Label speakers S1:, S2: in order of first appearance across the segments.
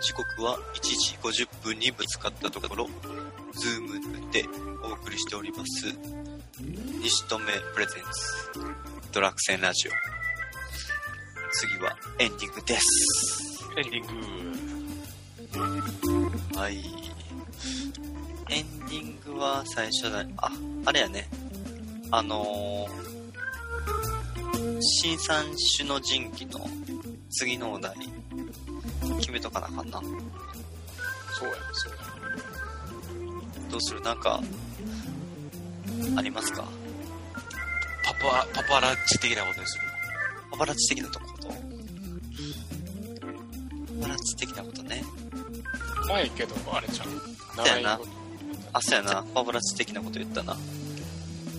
S1: 時刻は1時50分にぶつかったところ、ズームでお送りしております、西留プレゼンツ、ドラクセンラジオ。次はエンディングです。
S2: エンディング。
S1: はい。エンディングは最初だ、あ、あれやね。あのー、新三種の神器の次のお題、決めとかなあかんな。
S2: そうや、そうや。
S1: どうするなんか、ありますか
S2: パパ、パパラッチ的なことにする。
S1: パパラッチ的なとこと。パパラッチ的なことね。
S2: ないけど、あれじゃん。
S1: そうやな
S2: 習い事
S1: あ、そうやな。パパラッチ的なこと言ったな。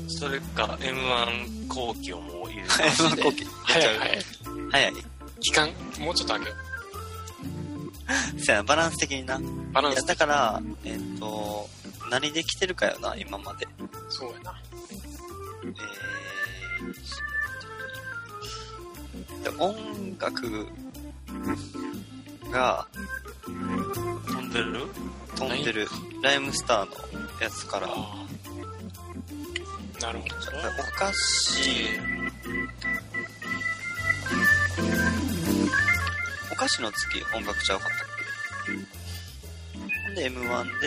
S3: それか、M1 後期をもう入れる。
S1: 早い
S2: 早い早い。
S1: 早い。
S2: 期間、もうちょっとあげよ
S1: そうやな。バランス的にな。
S2: う。バラン
S1: いや
S2: ス
S1: だから、えっ、と、何で来てるかよな、今まで。
S2: そうやな。
S1: えーで音楽が
S3: 飛んでる
S1: 飛んでる、ライムスターのやつから、
S2: ああ。なるほど。
S1: おかしい、お菓子の次音楽ちゃうかったっけほんで M1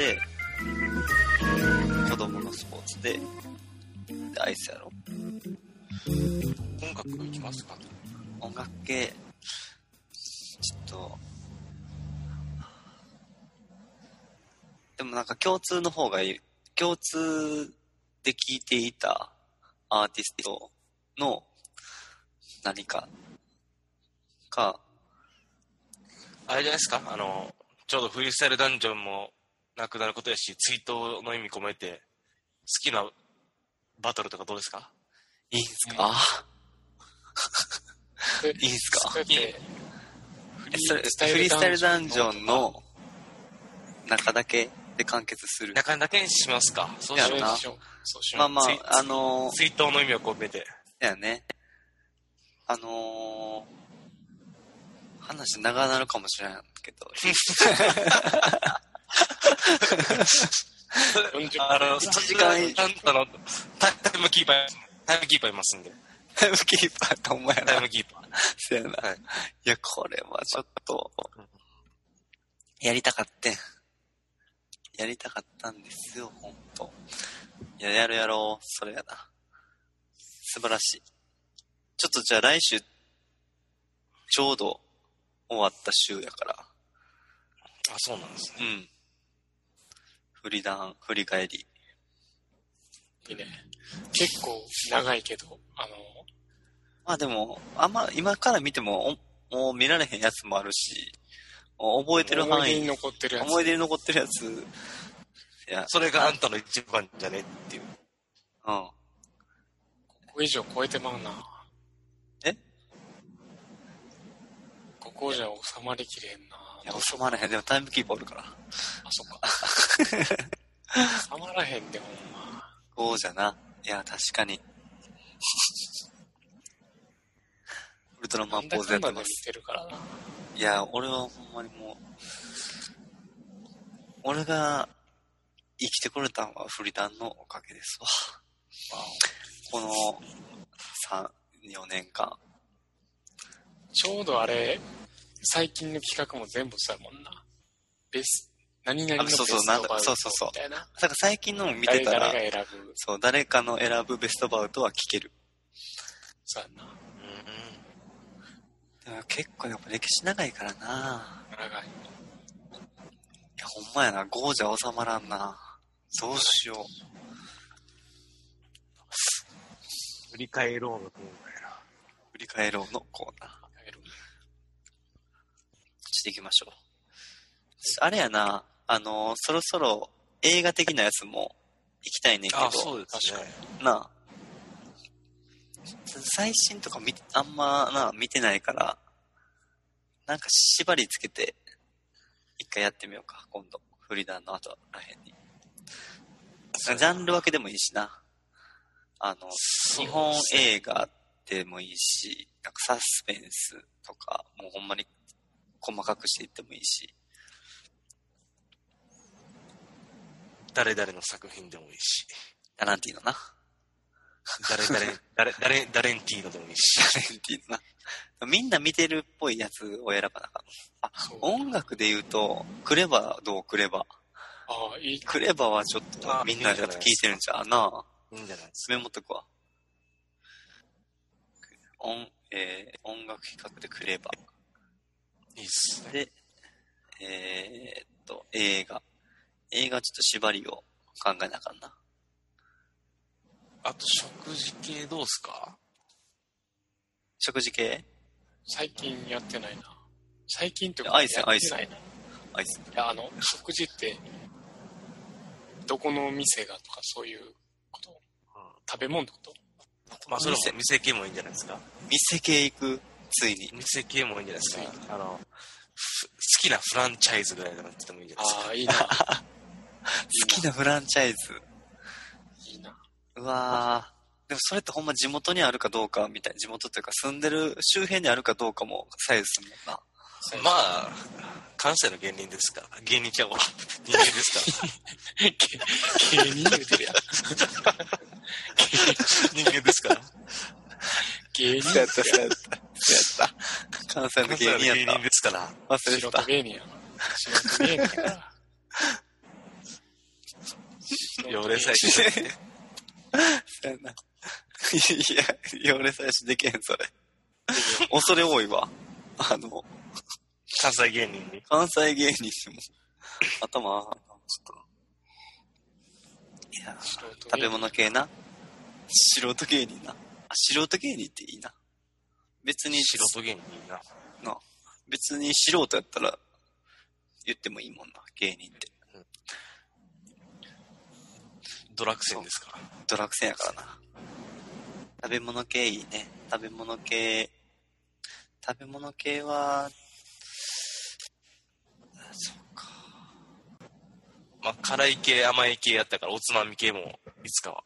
S1: で子供のスポーツででアイスやろ
S3: 音楽いきますか
S1: 音楽系ちょっとでもなんか共通の方がいい共通で聴いていたアーティストの何かか
S3: あれじゃないですかあの、ちょうどフリースタイルダンジョンもなくなることやし、追悼の意味込めて、好きなバトルとかどうですか
S1: いいんすか、
S2: え
S1: いいんすか
S2: だってフ
S1: えそれフリースタイルダンジョン
S2: の
S1: の中だけで完結する。
S3: 中だけにしますかそうし
S2: そ
S3: よ
S2: うで
S3: う
S1: な
S2: しょう。そうしよう。
S1: まあま
S3: ツイ
S1: あ、あのー、
S3: 追悼の意味を込めて。
S1: だよね。あのー、話長なるかもしれんけ ど、
S2: 40分
S3: あの、
S1: 一時間以
S3: ちゃんとあの、タイムキーパー、タイムキーパーいますんで。
S1: タイムキーパーと思や
S3: タイ
S1: な。
S3: ムキーパー。
S1: そやな。
S3: はい
S1: い、や、これはちょっと、やりたかってん。やりたかったんですよ、ほんと。いや、やるやろう。それやな。素晴らしい。ちょっとじゃあ来週、ちょうど終わった週やから。
S3: あ、そうなんですね。
S1: うん。振り談、振り返り。
S2: いいね。結構長いけど、あの、
S1: まあでも、あんま今から見ても、おもう見られへんやつもあるし、お覚えてる
S2: 思
S1: 範
S2: い出に
S1: 囲、
S2: 残ってるやつ。
S1: 思い出に残ってるやつ、いや、
S3: それがあんたの一番じゃねっていう。
S1: うん。
S2: ここ以上超えてまうな。
S1: え
S2: ここじゃ収まりきれんな。
S1: いや、収まらへん。でもタイムキーパーおるから。
S2: あ、そっか。収まらへんで、ほんま。
S1: こうじゃな。いや、確かに。 ウルトラマンポーズや
S2: な
S1: って
S2: んだかんだ
S1: ま。
S2: です見てるからな。
S1: いや、俺はほんまにもう、俺が生きてこれたのはフリダンのおかげですわ。この3、4年間。
S2: ちょうどあれ、最近の企画も全部そうやもんな。ベス、何々の
S1: あ
S2: ベス
S1: そう
S2: ト
S1: そう
S2: バウト
S1: なんだそうそうそう
S2: みたいな。
S1: だから最近のも見てたら、
S2: 誰々が選ぶ。
S1: そう、誰かの選ぶベストバウトは聞ける。
S2: そうやな。
S3: うん
S1: でも結構やっぱ歴史長いからな。
S2: 長い。
S1: いや、ほんまやな。5じゃ収まらんな。どうしよう。
S3: 振り返ろうのコーナーや
S1: 振り返ろうのコーナー。こ
S2: やめろ
S1: っちで行きましょう。あれやな、あのそろそろ映画的なやつも行きたいねんけど。
S3: な。あ、そうですね。
S1: なあ最新とか見てあんまな見てないからなんか縛りつけて一回やってみようか今度フリーダンの後らへんにジャンル分けでもいいしなあの
S3: そう
S1: 日本映画でもいいしなんかサスペンスとかもうほんまに細かくしていってもいいし、
S3: 誰々の作品でもいいし、
S1: ダランティーノな。
S3: 誰々、 誰、誰、誰んティーノでもいいし。
S1: ダランティーノな。みんな見てるっぽいやつを選ばなかった。あ、
S2: そう
S1: 音楽で言うと、クレバどうクレバ。
S2: ああ、いい。
S1: クレバはちょっと
S3: あ
S1: みんなちょっと聞いてるんじゃうな。
S3: いいんじゃないです
S1: メモっとくわ。音、えー、音楽比較でクレバ。
S3: か。いいっすね。
S1: で、えーっと、映画。映画ちょっと縛りを考えなあかんな。
S3: あと、食事系どうっすか
S1: 食事系
S2: 最近やってないな。最近って
S1: アイス
S2: やってないな。い
S1: アイス。
S2: や、あの、食事って、どこの店がとかそういうこと食べ物ってこと
S3: まあ、それも店系もいいんじゃないですか。
S1: 店系行く、ついに。
S3: 店系もいいんじゃないですか。あの、ふ好きなフランチャイズぐらいでもやってもいいんじゃないですか。
S2: ああ、いいな。
S1: 好きなフランチャイズ。
S2: いいな。
S1: うわー。でもそれってほんま地元にあるかどうかみたいな。地元というか住んでる周辺にあるかどうかも左右するもんな。
S3: まあ、関西の芸人ですか芸人ち ゃうわ。人間ですか
S2: 芸人言うて るやん。
S3: 人間ですから。
S2: 芸人
S4: そうやった、そうやった。そうやっ
S1: 関西の
S3: 関西
S1: 芸人
S3: の芸
S1: やっ
S3: 人ですから。
S1: た。忘れ
S2: 素
S1: て
S2: 人
S1: た。
S2: 芸人やから。素人芸人やから。
S3: よ俺最初。
S1: そうやないや、いや俺最初でけへん、それ。恐れ多いわ。あの、
S3: 関西芸人 に。
S1: 関西芸人でも、頭、ちょっと。いや、
S2: 素人
S1: 食
S2: 芸
S1: べ
S2: 人
S1: 物系な。素人芸人な。あ、素人芸人っていいな。別に、
S3: 素人芸人いいな。
S1: な。別に素人やったら、言ってもいいもんな、芸人って。
S3: ドラクセンですから。
S1: ドラクセンやからな。食べ物系いいね。食べ物系。食べ物系は、あそうか。
S3: まあ、辛い系、甘い系やったから、おつまみ系も、いつかは。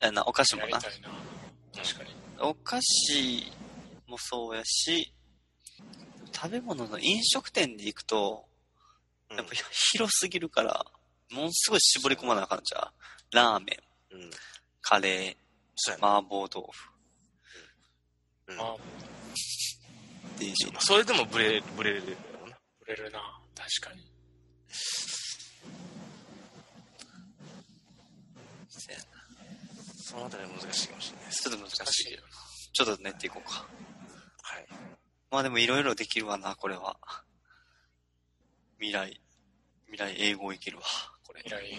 S1: あな、お菓子
S2: や
S1: も
S2: り
S1: な
S2: た。いな。確かに。
S1: お菓子もそうやし、食べ物の飲食店で行くと、
S3: うん
S1: やっぱ広すぎるから、ものすごい絞り込まなあかんじゃん。ラーメン、
S3: うん。
S1: カレ
S3: そう
S1: ー、
S3: やな。
S1: 麻婆豆腐
S3: うん
S2: まあ、
S1: っていう。
S3: それでもブレ、ブレるよな。
S2: 売れるな。確かに。
S1: せやな
S3: そのあたりは難しいかもしれないです。
S1: ちょっと難
S2: 難
S1: し
S2: し
S1: い
S2: い。よ
S1: ちょっと練っていこうか。
S3: はい。
S1: まあでもいろいろできるわな、これは。未来、未来英語いけるわ、これ。
S2: な。未来英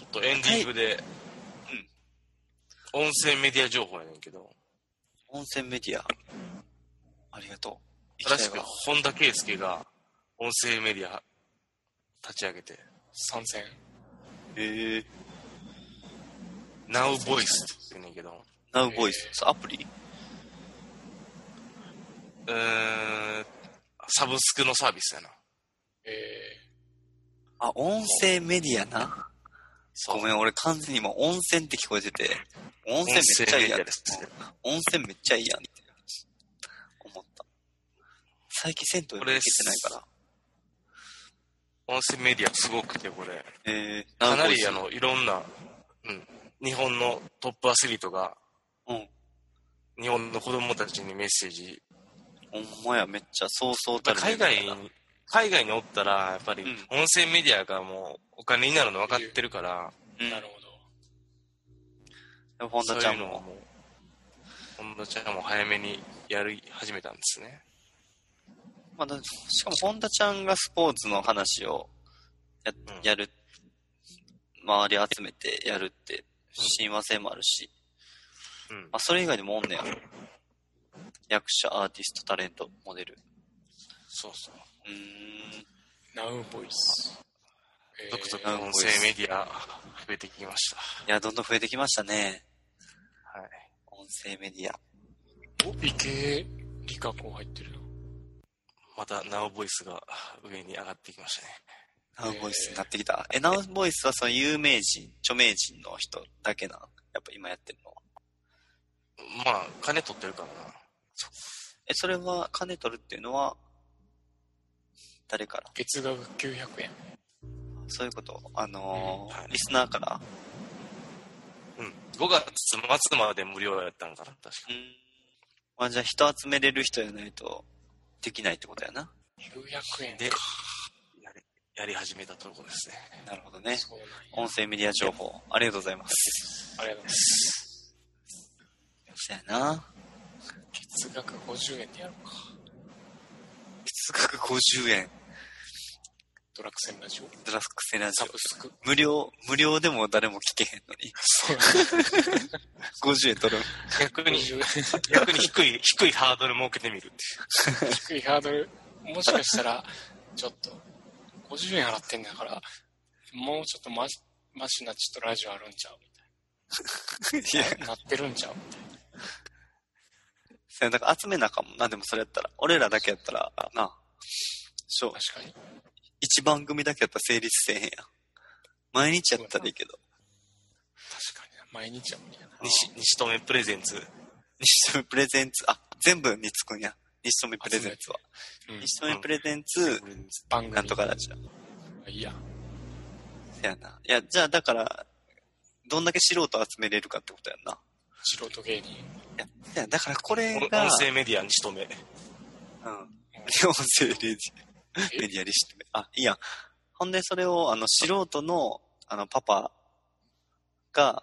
S3: ちょっとエンディングで、音声メディア情報やねんけど、
S1: 温泉メディア。ありがとう。行
S3: 正
S1: き
S3: した
S1: い
S3: く
S1: わ
S3: 本田圭佑が音声メディア立ち上げて、
S2: 参戦。
S1: へえ。
S3: Now Voice って言うねんけど、
S1: ナウボイス。そうアプリ
S3: うーん、サブスクのサービスやな。
S2: え
S1: あ、音声メディアな。
S3: そう
S1: ごめん、俺完全に今温泉って聞こえてて、温泉めっちゃいいやん
S3: 音声メディアです。
S1: 温泉めっちゃいいやんって思った。最近銭湯行けてないから。
S3: 音声メディアすごくて、これ。
S1: えー、
S3: かな
S1: ナウボイ
S3: り、
S1: ス
S3: あ、の、いろんな、うん、日本のトップアスリートが、
S1: うん。
S3: 日本の子供たちにメッセージ。
S1: ほんまや、めっちゃそうそうたるメ
S3: 海
S1: ディア
S3: 外
S1: だ。
S3: に、海外におったら、やっぱり
S1: うん、
S3: 音声メディアがもう、お金になるの分かってるから、
S1: う
S2: え
S1: ん
S2: なるほど。
S1: 本
S3: そ
S1: 田
S3: う
S1: ちゃ
S3: い
S1: ん
S3: うの
S1: も。
S3: をもう、本田ちゃんも早めにやり始めたんですね。
S1: まあ、だしかも本田ちゃんがスポーツの話をや,、
S3: うん
S1: やる、周り集めてやるって、親和性もあるし、
S3: うん
S1: まあ、。それ以外にもおんねや。役者、アーティスト、タレント、モデル。
S3: そうそう。
S1: うーん。
S2: ナウボイス。えー
S3: 独特の音声メディア、増えてきました。
S1: いや、どんどん増えてきましたね。
S3: はい。
S1: 音声メディア。
S2: お、池江理香子入ってるな。
S3: また、ナオボイスが上に上がってきましたね。
S1: ナウボイスになってきた。え、ナウボイスはその有名人、著名人の人だけなんやっぱ今やってるのは。
S3: まあ、金取ってるからな。
S1: え、それは、金取るっていうのは、誰から
S2: 月額900円。
S1: そういうことあのー
S3: うんはい
S1: リスナーから
S3: うん。5月末まで無料やったんかな、確か。
S1: うん。まあ、じゃあ人集めれる人やないと、できないってことやな。
S2: 900円
S3: で
S2: か。
S3: やり、やり始めたところですね。
S1: なるほどね。
S2: そうなんや。
S1: 音声メディア情報、ありがとうございます。
S2: ありがとうございます。
S1: そうやな。
S2: 月額50円でやろうか。
S1: 月額50円、
S2: ドラクセンラジオ。
S1: ドラスクセラジ
S2: サ
S1: オ
S2: ブ。スク。
S1: 無料、無料でも誰も聞けへんのに。
S2: そう
S1: 50円取る。
S3: 逆に、
S2: 50円。
S3: 逆に低い、低いハードル設けてみるっていう。
S2: 低いハードル、もしかしたら、ちょっと、50円払ってんだから、もうちょっとマシマシなちょっとラジオあるんちゃうみたいな。なってるんちゃう
S1: そうやだから集めなあかんもんな。でもそれやったら、俺らだけやったら、な。そう。
S2: 確かに。
S1: 一番組だけやったら成立せえへんやん。毎日やったらいいけど。
S2: 確かにな。毎日は無理やな。
S3: 西、西留プレゼンツ。
S1: 西富プレゼンツ、あ、全部につくんや。西富プレゼンツは。
S2: うん。
S1: 西富プレゼンツ、
S2: 番組
S1: なんとかラジオ。
S2: いいや。
S1: せやな。いや、じゃあだから、どんだけ素人集めれるかってことやんな。
S2: 素人芸人。
S1: いやせや、だからこれ
S3: 音
S1: が、
S3: 声メディア西留。
S1: うん。音声レジメディアリシュあ、いいやん。ほんで、それを、あの、素人の、あの、パパが、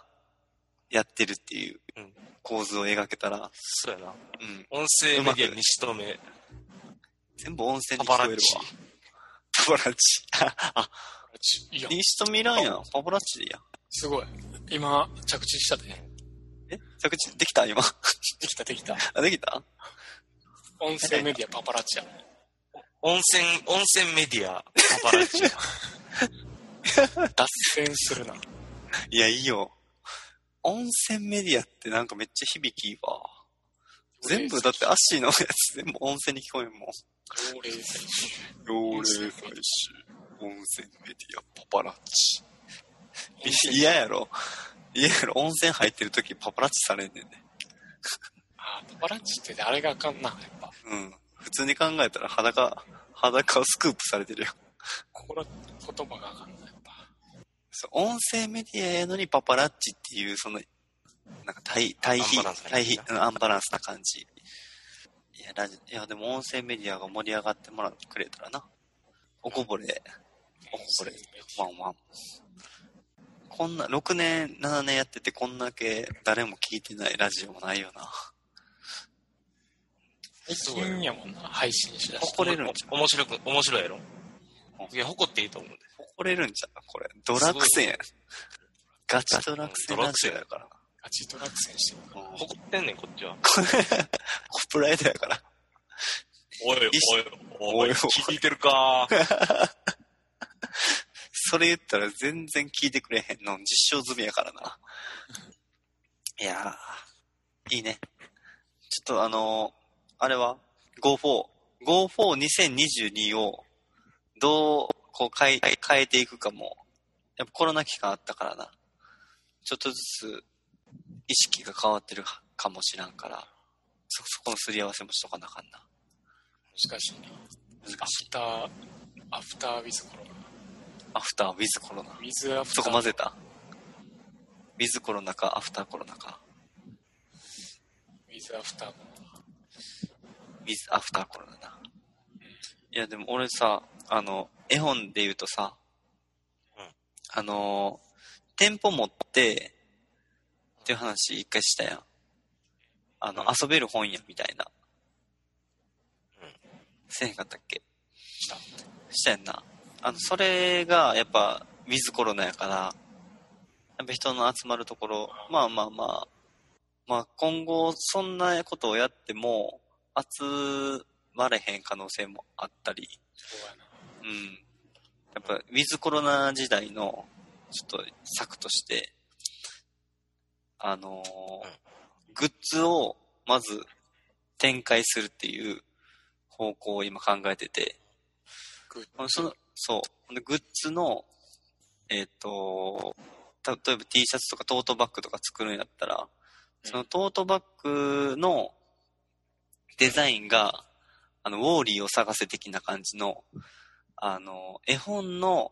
S1: やってるっていう
S3: うん
S1: 構図を描けたら、
S3: そうやな。
S1: うん。
S3: 音声メディア西留。
S1: 全部温泉
S3: パ
S1: に聞こ
S3: パ
S1: え
S3: ラ
S1: る
S3: ッ
S1: わ
S3: チ。。
S1: パパラッチ。あ、
S2: ちいいや。
S1: 西とミランやん。パパラッチでいいやん。
S2: すごい。今、着地したで。
S1: え着地できた今。
S2: できた、できた。
S1: あ、できた
S2: 音声メディアパパラッチや。
S3: 温泉、温泉メディアパパラッチ。
S2: 脱線するな。
S1: いや、いいよ。温泉メディアってなんかめっちゃ響きいいわ。全部、だってアッシーのやつ全部温泉に聞こえんもん。
S2: 条例選
S1: 幼
S2: 霊祭
S1: 祀温泉メディアパパラッチ
S2: 温泉
S1: 嫌やろ嫌やろ温泉入ってる時パパラッチされんねんね
S2: あー、パパラッチってあれがあかんな、やっぱ。
S1: うん普通に考えたら裸裸をスクープされてるよ
S2: 心、言葉があかんな、やっぱ。
S1: そう音声メディアやのにパパラッチっていうそのなんか対対比
S3: アンバランスな
S1: 対
S3: 感じ
S1: 比
S3: な
S1: うんアンバランスな感じいやラジいやでも音声メディアが盛り上がってもらってくれたらなおこぼれ
S2: こ
S1: れワンワン。こんな、6年、7年やってて、こんだけ誰も聞いてないラジオもないよな。
S2: 最近やもんな、配信しだした。
S1: 誇れるんちゃう
S3: 面白く、面白いやろ。いや、誇っていいと思うんで。
S1: 誇れるんちゃうこれ。ドラクセンや。ガチドラクセンラジオやからな。
S2: ガチドラクセンしてるから。
S1: うんコ
S3: 誇ってんねん、こっちは。
S1: プライドやから。
S3: おい
S1: 一緒
S3: おい、お
S1: おい
S3: い、聞いてるか
S1: それ言ったら全然聞いてくれへんの。実証済みやからな。 いやー、いいね。ちょっとあのーあれは ?Go4。Go42022 をどうこう変え変えていくかも。やっぱコロナ期間あったからな。ちょっとずつ意識が変わってるかもしらんから、そ、そこのすり合わせもしとかなあかんな。
S2: 難しいな。
S1: 難しい
S2: ア。フター、アフターウィズコロナ。
S1: アフター、ウィズコロナ。
S2: ウィズアフタ
S1: そ
S2: ー。
S1: こ混ぜた。ウィズコロナか、アフターコロナか。
S2: ウィズアフター。
S1: ウィズアフターコロナな。いや、でも俺さ、あの、絵本で言うとさ、
S3: うん
S1: あの、店舗持って、っていう話一回したやん。あの、
S3: うん
S1: 遊べる本屋みたいな。
S3: うん
S1: せえへんかったっけ
S2: した。
S1: したやんな。あの、それが、やっぱ、ウィズコロナやから、やっぱ人の集まるところ、まあまあまあ、まあ今後、そんなことをやっても、集まれへん可能性もあったり、
S2: そうやな。
S1: うん。やっぱ、ウィズコロナ時代の、ちょっと策として、あのー
S3: うん
S1: グッズをまず展開するっていう方向を今考えてて、
S2: グッ
S1: あのそのそう。でグッズの、えっ、と、た例えば T シャツとかトートバッグとか作るんやったら、そのトートバッグのデザインが、あの、ウォーリーを探せ的な感じの、あの、絵本の、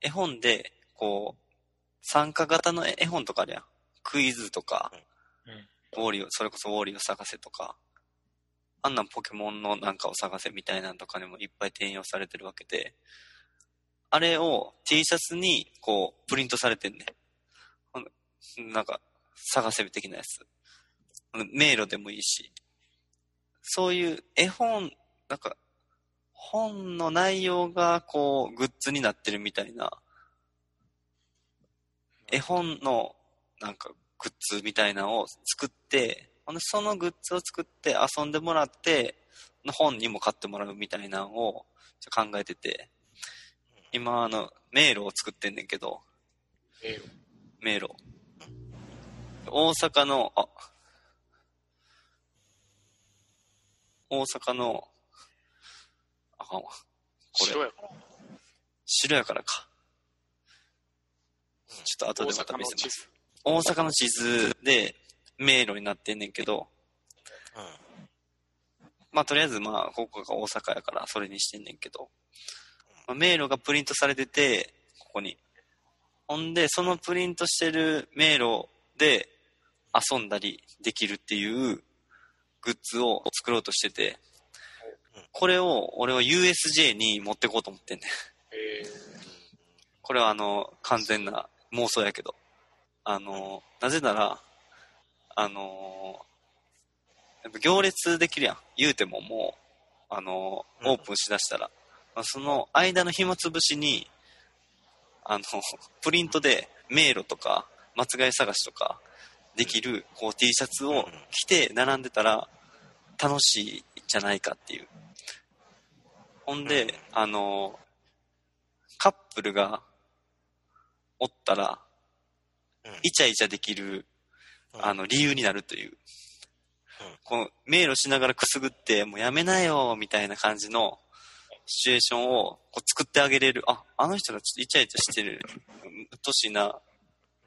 S1: 絵本で、こう、参加型の絵本とかあるやん。クイズとか、ウォーリーを、それこそウォーリーを探せとか、あんなんポケモンのなんかを探せみたいなんとかにもいっぱい転用されてるわけで、あれを T シャツにこうプリントされてんね。ほんなんか探せ的なやつ。ほんで迷路でもいいし。そういう絵本、なんか本の内容がこうグッズになってるみたいな、絵本のなんかグッズみたいなのを作って、ほんでそのグッズを作って遊んでもらって、本にも買ってもらうみたいなのをちょっと考えてて、今あの迷路を作ってんねんけど、
S2: ええよ
S1: 迷路。大阪の、あ、大阪の、あかんわ。こ
S2: 白
S1: れ、
S2: やから
S1: 白やからか。ちょっと
S2: 大
S1: 後でまた
S2: 阪
S1: 見
S2: の
S1: せ
S2: 地
S1: ます。
S2: 図
S1: 大阪の地図で迷路になってんねんけど、まあとりあえずまあここが大阪やからそれにしてんねんけど、まあ、迷路がプリントされてて、ここに。ほんで、そのプリントしてる迷路で遊んだりできるっていうグッズを作ろうとしてて
S3: うん、
S1: これを俺は USJ に持ってこうと思ってんねん。
S2: ええ
S1: これはあの、完全な妄想やけど。あの、なぜなら、あの、やっぱ行列できるやん。言うてももう、あの、
S3: うん
S1: オープンしだしたら。まあその間の暇つぶしに、あの、プリントで迷路とか、間違い探しとか、できる、こう T シャツを着て並んでたら、楽しいじゃないかっていう。ほんで、
S3: うん
S1: あの、カップルがおったら、
S3: うん
S1: イチャイチャできる、
S3: うん
S1: あの、理由になるという。
S3: ん
S1: この、迷路しながらくすぐって、もうやめなよ、みたいな感じの、シチュエーションをこう作ってあげれる。あ、あの人らちょっとイチャイチャしてる。うんうっとうしいな。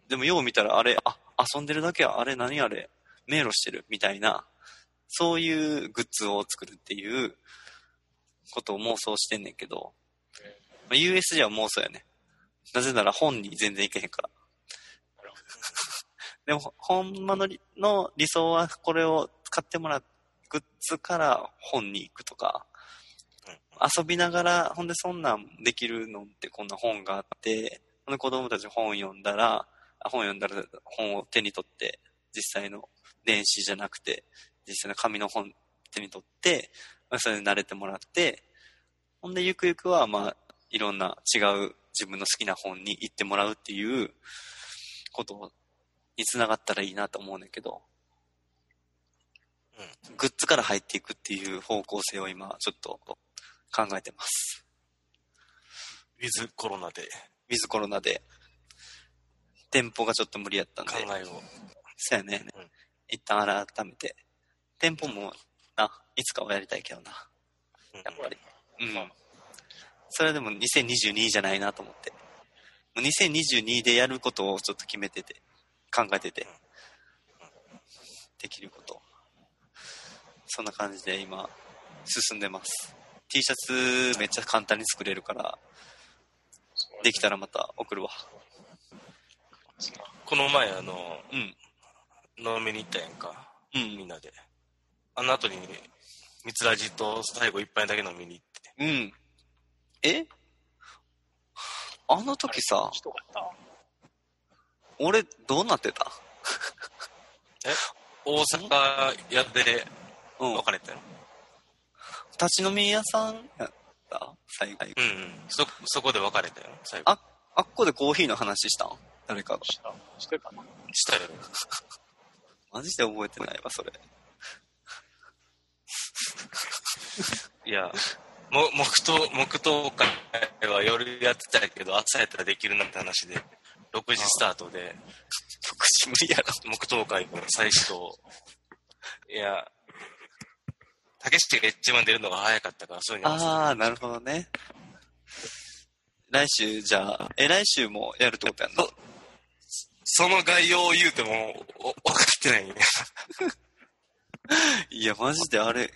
S1: でもよう見たら、あれ、あ、遊んでるだけや。あれ、何あれ。迷路してる。みたいな。そういうグッズを作るっていうことを妄想してんねんけど。まあ、USJ は妄想やね。なぜなら本に全然いけへんから
S2: なるほ。
S1: でも、ほんまのりの理想はこれを買ってもらう。グッズから本に行くとか。遊びながら、ほんでそんなんできるのってこんな本があって、ほんで子供たち本読んだら、あ本読んだら本を手に取って、実際の電子じゃなくて、実際の紙の本手に取って、まあそれに慣れてもらって、ほんでゆくゆくはまあいろんな違う自分の好きな本に行ってもらうっていうことにつながったらいいなと思うんだけど、グッズから入っていくっていう方向性を今ちょっと考えてます。
S3: ウィズコロナで
S1: ウィズコロナで、店舗がちょっと無理やったんで
S3: 考、えを。
S1: そうやね、
S3: うん
S1: 一旦改めて、店舗もな、いつかはやりたいけどな、
S3: うん
S1: やっぱり。うん。それでも2022じゃないなと思って。もう2022でやることをちょっと決めてて、考えてて、できること。そんな感じで今、進んでます。T シャツめっちゃ簡単に作れるから、できたらまた送るわ。
S2: そんな
S3: この前、あの、
S1: うん。
S3: 飲みに行ったやんか。
S1: う
S3: みん
S1: ん。
S3: なで。あの後に、ミツラジと最後一杯だけ飲みに行っ
S1: う
S3: て。
S1: ん。えあの時さ、
S2: 人がいた
S1: 俺どうなってた
S3: 大阪やって
S1: うん。
S3: 別れたよ。
S1: 立ち飲み屋さんやった最後。
S3: うんうん。そ、そこで別れたよ、最後。
S1: あ、あっこでコーヒーの話したん誰かが。
S2: したしてたな
S3: したよ。
S1: マジで覚えてないわ、それ。
S3: いや、も、黙と黙祷会は夜やってたけど、朝やったらできるなって話で、6時スタートで、
S1: 特殊無理やろ。
S3: 黙祷会の最初いや、たけしが一番出るのが早かったから、そういうの
S1: ああ、なるほどね。来週、じゃあ、え、来週もやるってことやんな。
S3: その概要を言うても、お分かってないんや。
S1: いや、マジであれ、ち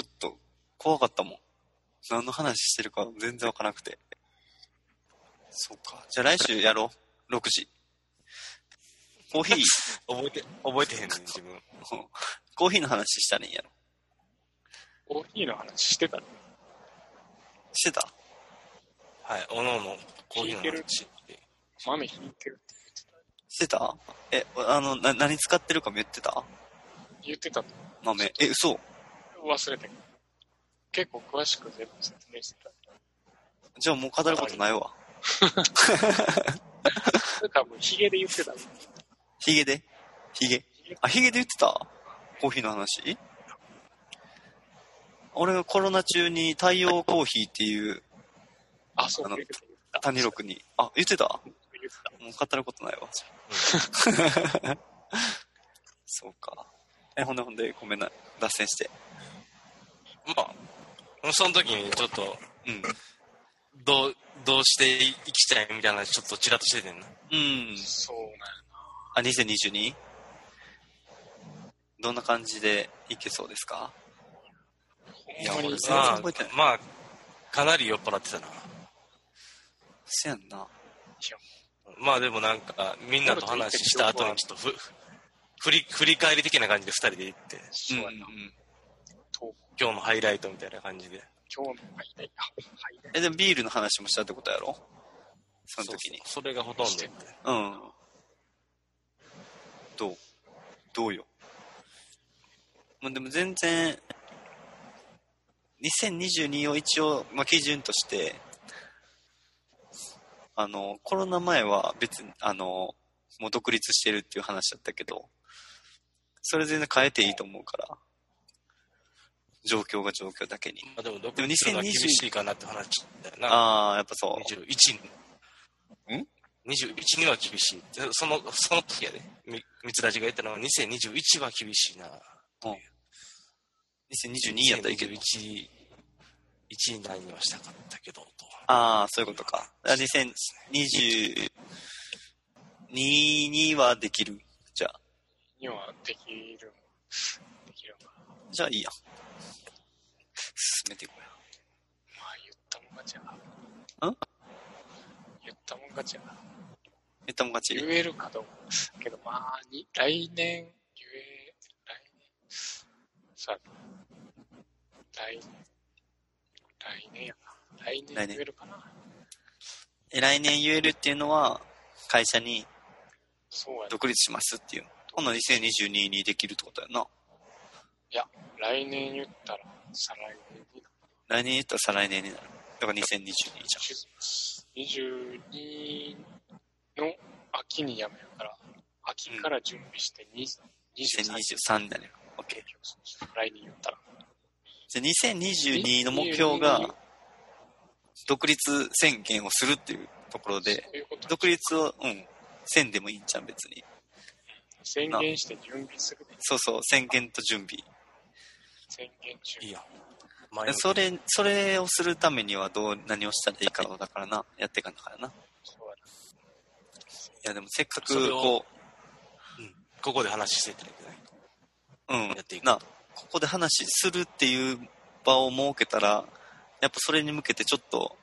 S1: ょっと怖かったもん。何の話してるか全然わからなくて。そうか。じゃあ来週やろう。6時。コーヒー、
S3: 覚えて、覚えてへんねん、自分。
S1: うんコーヒーの話したらいいんやろ。
S2: コーヒーの話してたの
S1: してた
S3: はい、おのおの、コーヒーの
S2: 聞いてる
S3: 話。
S2: 豆引いてるって
S1: してたえ、あの、な、何使ってるかも言ってた
S2: 言ってたと
S1: 豆。え、嘘
S2: 忘れて結構詳しく全部説明してた。
S1: じゃあもう語ることないわ。
S2: それ多分ヒゲで言ってたの。
S1: ヒゲでヒゲ。あ、ヒゲで言ってたコーヒーの話俺がコロナ中に太陽コーヒーっていう
S2: あ、そう
S1: あの
S2: 言ってた言ってた。
S1: 谷六に。あ、言ってたも
S2: 言ってた。
S1: う語ることないわ。そうか。え、ほんでほんで、ごめんな。脱線して。
S3: まあ、その時にちょっと、
S1: うん。
S3: どう、どうして生きたいみたいな話ちょっとちらっとしててんな。
S1: うん。
S2: そうなんや
S1: あ、2022? どんな感じでいけそうですかいや
S2: ほんまに
S1: 俺全然
S3: まあ
S1: 覚えてない、
S3: まあ、かなり酔っ払ってたな。
S1: せやんな。
S3: まあでもなんか、みんなと話した後にちょっとふ、振り、振り返り的な感じで二人で行って、
S2: そうやな。
S1: ん。
S2: と
S3: 今日のハイライトみたいな感じで。
S2: 今日のハイライト。ハイライ
S1: え、でもビールの話もしたってことやろその時に。
S3: そうそうそれがほとんどって。
S1: うん。どうどうよ。まあ、でも全然、2022を一応、まあ、基準として、あの、コロナ前は別に、あの、もう独立してるっていう話だったけど、それ全然変えていいと思うから、状況が状況だけに。
S3: まあでも、どこ
S1: でも
S3: にするのは厳しいかなって話だよな。
S1: ああ、やっぱそう。
S3: 21に。
S1: ん
S3: ?21 には厳しい。その、その時やで。み、三つちが言ったのは2021は厳しいな。
S1: 2022やったらいいけど
S3: 1。1になりましたかったけど、と。
S1: ああ、そういうことか。あ2022にはできる。じゃあ、
S2: トにはできる。できる。
S1: じゃあいいや。進めていこうや。
S2: まあ言ったもん勝ちや。
S1: ん
S2: 言ったもん勝ちやな。
S1: めったもん勝
S2: 言
S1: ち。
S2: えるかどうか。けどまあ、に来年、言え、来年。さあ、来年。来年やな。来
S1: 来年
S2: 年言えるかな。
S1: え来年言えるっていうのは、会社に
S2: そうやな。
S1: 独立しますっていう。今度2022にできるってことやな。
S2: いや、来年言ったら、再来年になる。
S1: 来年言ったら再来年になる。だから2022じ
S2: 22の秋に辞めるから、秋から準備して2 23
S1: ゃん。2023になる。OK。
S2: 来年言ったら。
S1: じゃあ2022の目標が、独立宣言をするっていうところで、
S2: そういうこと
S1: 独立を、うん、せんでもいいんじゃん、別に。
S2: 宣言して準備するで
S1: そうそう、宣言と準備。
S2: 宣言中
S3: いいやん。前向き
S1: それ、それをするためにはどう、何をしたらいいかだからな、やっていかなからな。い
S2: そうや
S1: や、でもせっか
S3: そ
S1: く、
S3: れを
S1: こ
S3: ここで話してたらいけない。
S1: う、うん
S3: やってい、く
S1: な、ここで話するっていう場を設けたら、やっぱそれに向けてちょっと、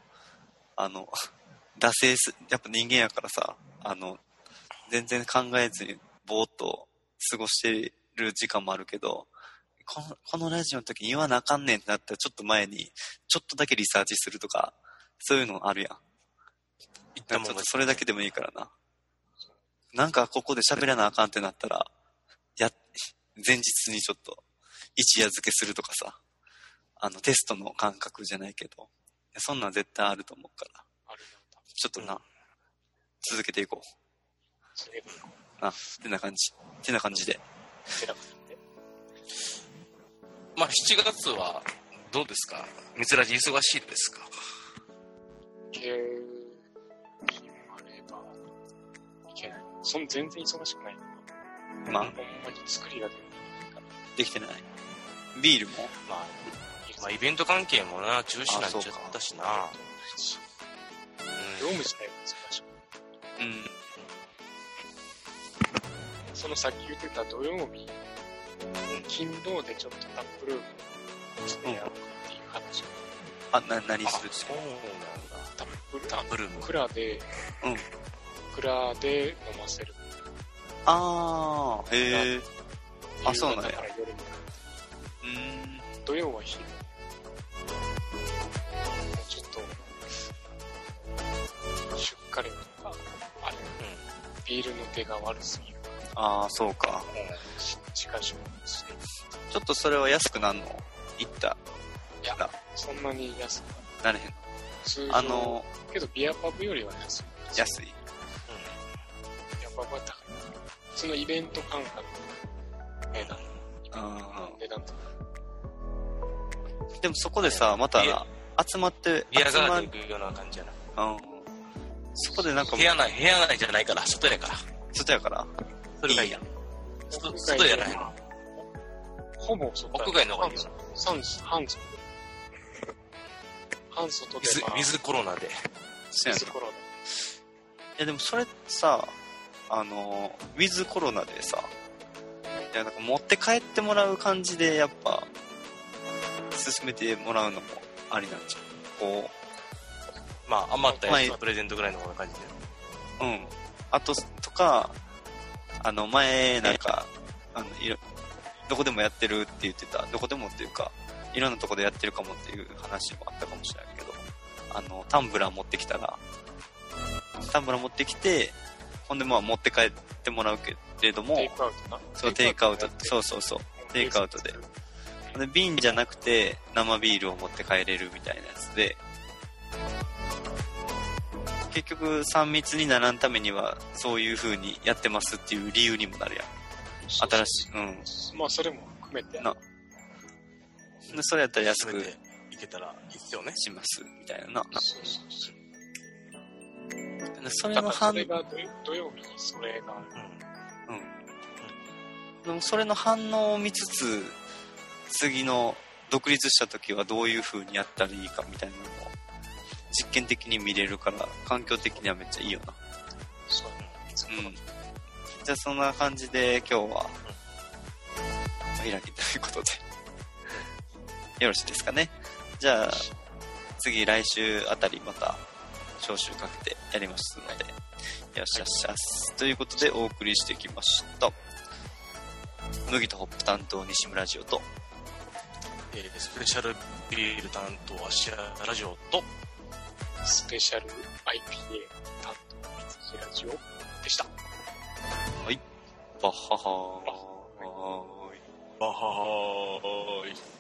S1: あの、 惰性す、やっぱ人間やからさ、あの、全然考えずに、ぼーっと過ごしてる時間もあるけど、この、このラジオの時に言わなあかんねんってなったら、ちょっと前に、ちょっとだけリサーチするとか、そういうのあるやん。ちょ
S3: 一旦
S1: っ
S3: もう
S1: とそれだけでもいいからな。なんかここで喋らなあかんってなったら、や、前日にちょっと、一夜漬けするとかさ、あの、テストの感覚じゃないけど、そんなん絶対あると思うから、
S2: あるな
S1: ちょっとな、
S3: うん
S1: 続けていこ
S2: 続けていこ
S1: う。な、ってな感じ。ってな感じで。
S2: うてなくて
S3: まあ、7月はどうですか三つラジ忙しいですか
S2: 経費もあればいけないそん全然忙しくない
S1: まあ、
S2: ほんまに作りが出ないから
S1: できてない。ビールも
S3: まあ、まあ、イベント関係もな、中止になっちゃったしな。
S2: 業務自体が忙しい
S1: うん。
S2: そのさっき言ってた土曜日勤労でちょっとタップルームしてやろうかっていう話を、
S1: あ、な、何するっ
S3: そうなんだ。
S2: タップル
S3: ダブルーム。
S2: 蔵で、
S1: うん
S2: 蔵で飲ませるっていう
S1: あー、へえ。あそうなんや
S2: だから夜も
S1: うん。
S2: 土曜は昼ちょっと出荷量とかあれビールの出が悪すぎるから
S1: あー、そうか。
S2: 近々にして
S1: ちょっとそれは安くなんの行った。
S2: そんなに安くは
S1: なれへんの
S2: 通常
S1: あの、
S2: けどビアパブよりは安い
S1: 安い。
S2: ビアパブは高いそのイベント感覚の値段
S1: あ
S2: 値段とか
S1: ーでもそこでさ、また
S3: いや
S1: 集まって、
S3: ビア
S1: 集
S3: ガ
S1: ま
S3: ー
S1: る
S3: デン行くような感じやな。
S1: うん。そこでなんか
S3: 部、屋内、部屋内じゃないから、外やから。
S1: 外やから。
S3: それがいいやん。外外やないの。
S2: ほぼ外
S3: 屋外の方がいいよな
S2: 半袖半袖半袖で
S3: 水
S2: ま、あ
S3: 水コロナで。
S1: そうや
S2: 水コロナ
S1: えでもそれさあのウィズコロナでさいやなんか持って帰ってもらう感じでやっぱ進めてもらうのもありなんじゃんこ
S3: まあ、余ったやつはプレゼントぐらいの方が感じで。
S1: ううんあととかあの前なんかあのいろどこでもやってるって言ってたどこでもっていうかいろんなとこでやってるかもっていう話もあったかもしれないけどあのタンブラー持ってきたらタンブラー持ってきてほんでまあ持って帰ってもらうけれども
S2: テイクアウトな
S1: そう、テイクアウト
S2: やっ。て
S1: そうそうそう。テイクアウトでで、瓶じゃなくて、生ビールを持って帰れるみたいなやつで、結局、3密にならんためには、そういう風にやってますっていう理由にもなるやん。
S2: そう
S1: 新しい。うん。
S2: そうまあそれも含めて
S1: なでそれやったら安
S3: 全
S1: く
S3: て行けたらいいっすよね。
S1: します、みたいなな。
S2: そうそうそう
S1: でそれ
S2: だか
S1: の
S2: らそ
S1: 反
S2: れが土土曜日にそれがある
S3: うん。
S1: でもそれの反応を見つつ次の独立した時はどういう風にやったらいいかみたいなのを実験的に見れるから環境的にはめっちゃいいよな
S2: そう
S1: うんじゃあそんな感じで今日はお開きということでよろしいですかねじゃあ次来週あたりまた招集かけてやりますのでよっしゃっしゃっす、ということでお送りしてきました麦とホップ担当西村ジオと
S3: えースペシャルビール担当はシアラジオと、
S2: スペシャル IPA 担当三ラジオでした
S1: バッハハー
S2: バッ
S1: はーい
S3: バハーイ。